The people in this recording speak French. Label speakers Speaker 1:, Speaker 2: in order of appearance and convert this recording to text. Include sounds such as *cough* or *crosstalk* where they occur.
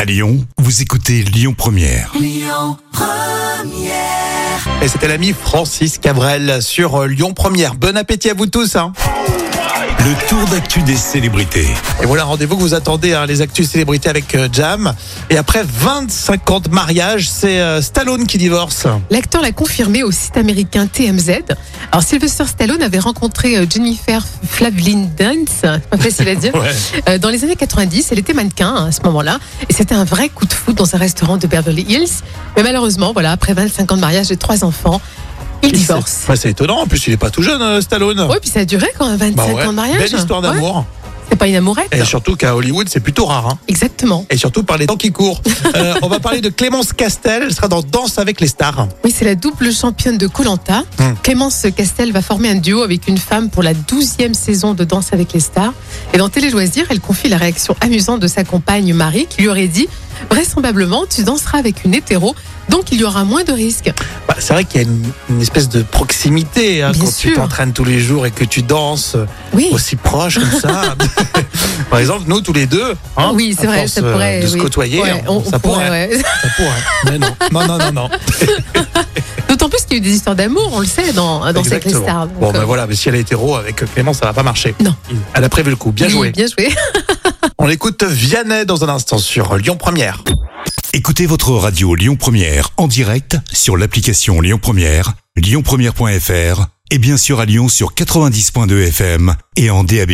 Speaker 1: À Lyon, vous écoutez Lyon Première.
Speaker 2: Et c'était l'ami Francis Cabrel sur euh, Lyon Première. Bon appétit à vous tous. hein.
Speaker 1: Le tour d'actu des célébrités.
Speaker 2: Et voilà, rendez-vous que vous attendez, hein, les actus célébrités avec euh, Jam. Et après 25 ans de mariage, c'est euh, Stallone qui divorce.
Speaker 3: L'acteur l'a confirmé au site américain TMZ. Alors, Sylvester Stallone avait rencontré euh, Jennifer Flavlin Dance, pas facile
Speaker 2: *laughs*
Speaker 3: à dire, euh, dans les années 90. Elle était mannequin hein, à ce moment-là. Et c'était un vrai coup de foudre dans un restaurant de Beverly Hills. Mais malheureusement, voilà, après 25 ans de mariage et trois enfants, il divorce.
Speaker 2: Ouais, c'est étonnant, en plus il est pas tout jeune, euh, Stallone.
Speaker 3: Oui, puis ça a duré quand même 25
Speaker 2: Bah ouais.
Speaker 3: ans de mariage.
Speaker 2: Belle histoire
Speaker 3: Ouais,
Speaker 2: d'amour.
Speaker 3: c'est pas une amourette.
Speaker 2: Et surtout qu'à Hollywood, c'est plutôt rare. hein.
Speaker 3: Exactement.
Speaker 2: Et surtout par les temps qui courent.
Speaker 3: *laughs*
Speaker 2: Euh, on va parler de Clémence Castel. Elle sera dans Danse avec les stars.
Speaker 3: Oui, c'est la double championne de Colanta.
Speaker 2: Hmm.
Speaker 3: Clémence Castel va former un duo avec une femme pour la 12e saison de Danse avec les stars. Et dans Téléjoisirs, elle confie la réaction amusante de sa compagne Marie qui lui aurait dit Vraisemblablement, tu danseras avec une hétéro, donc il y aura moins de risques.
Speaker 2: Bah, c'est vrai qu'il y a une, une espèce de proximité hein,
Speaker 3: Bien
Speaker 2: quand tu
Speaker 3: sûr.
Speaker 2: t'entraînes tous les jours et que tu danses
Speaker 3: Oui,
Speaker 2: aussi proche comme
Speaker 3: *laughs*
Speaker 2: ça. Par exemple, nous tous les deux, hein,
Speaker 3: oui
Speaker 2: à
Speaker 3: c'est vrai,
Speaker 2: force,
Speaker 3: ça
Speaker 2: euh,
Speaker 3: pourrait.
Speaker 2: de se
Speaker 3: oui.
Speaker 2: côtoyer,
Speaker 3: Ouais,
Speaker 2: hein,
Speaker 3: on-
Speaker 2: ça
Speaker 3: on
Speaker 2: pourrait,
Speaker 3: ouais. *laughs*
Speaker 2: ça pourrait. Mais non, non, non, non, non.
Speaker 3: D'autant plus qu'il y a eu des histoires d'amour, on le sait, dans Danse avec les
Speaker 2: Exactement.
Speaker 3: stars. Donc,
Speaker 2: Bon, ben
Speaker 3: euh,
Speaker 2: voilà, mais si elle est hétéro avec Clément, ça va pas marcher.
Speaker 3: Non.
Speaker 2: Elle a prévu le coup. Bien
Speaker 3: oui,
Speaker 2: joué.
Speaker 3: Bien joué.
Speaker 2: On écoute Vianney dans un instant sur Lyon Première.
Speaker 1: Écoutez votre radio Lyon Première en direct sur l'application Lyon Première, lyonpremière.fr et bien sûr à Lyon sur 90.2 FM et en DAB+.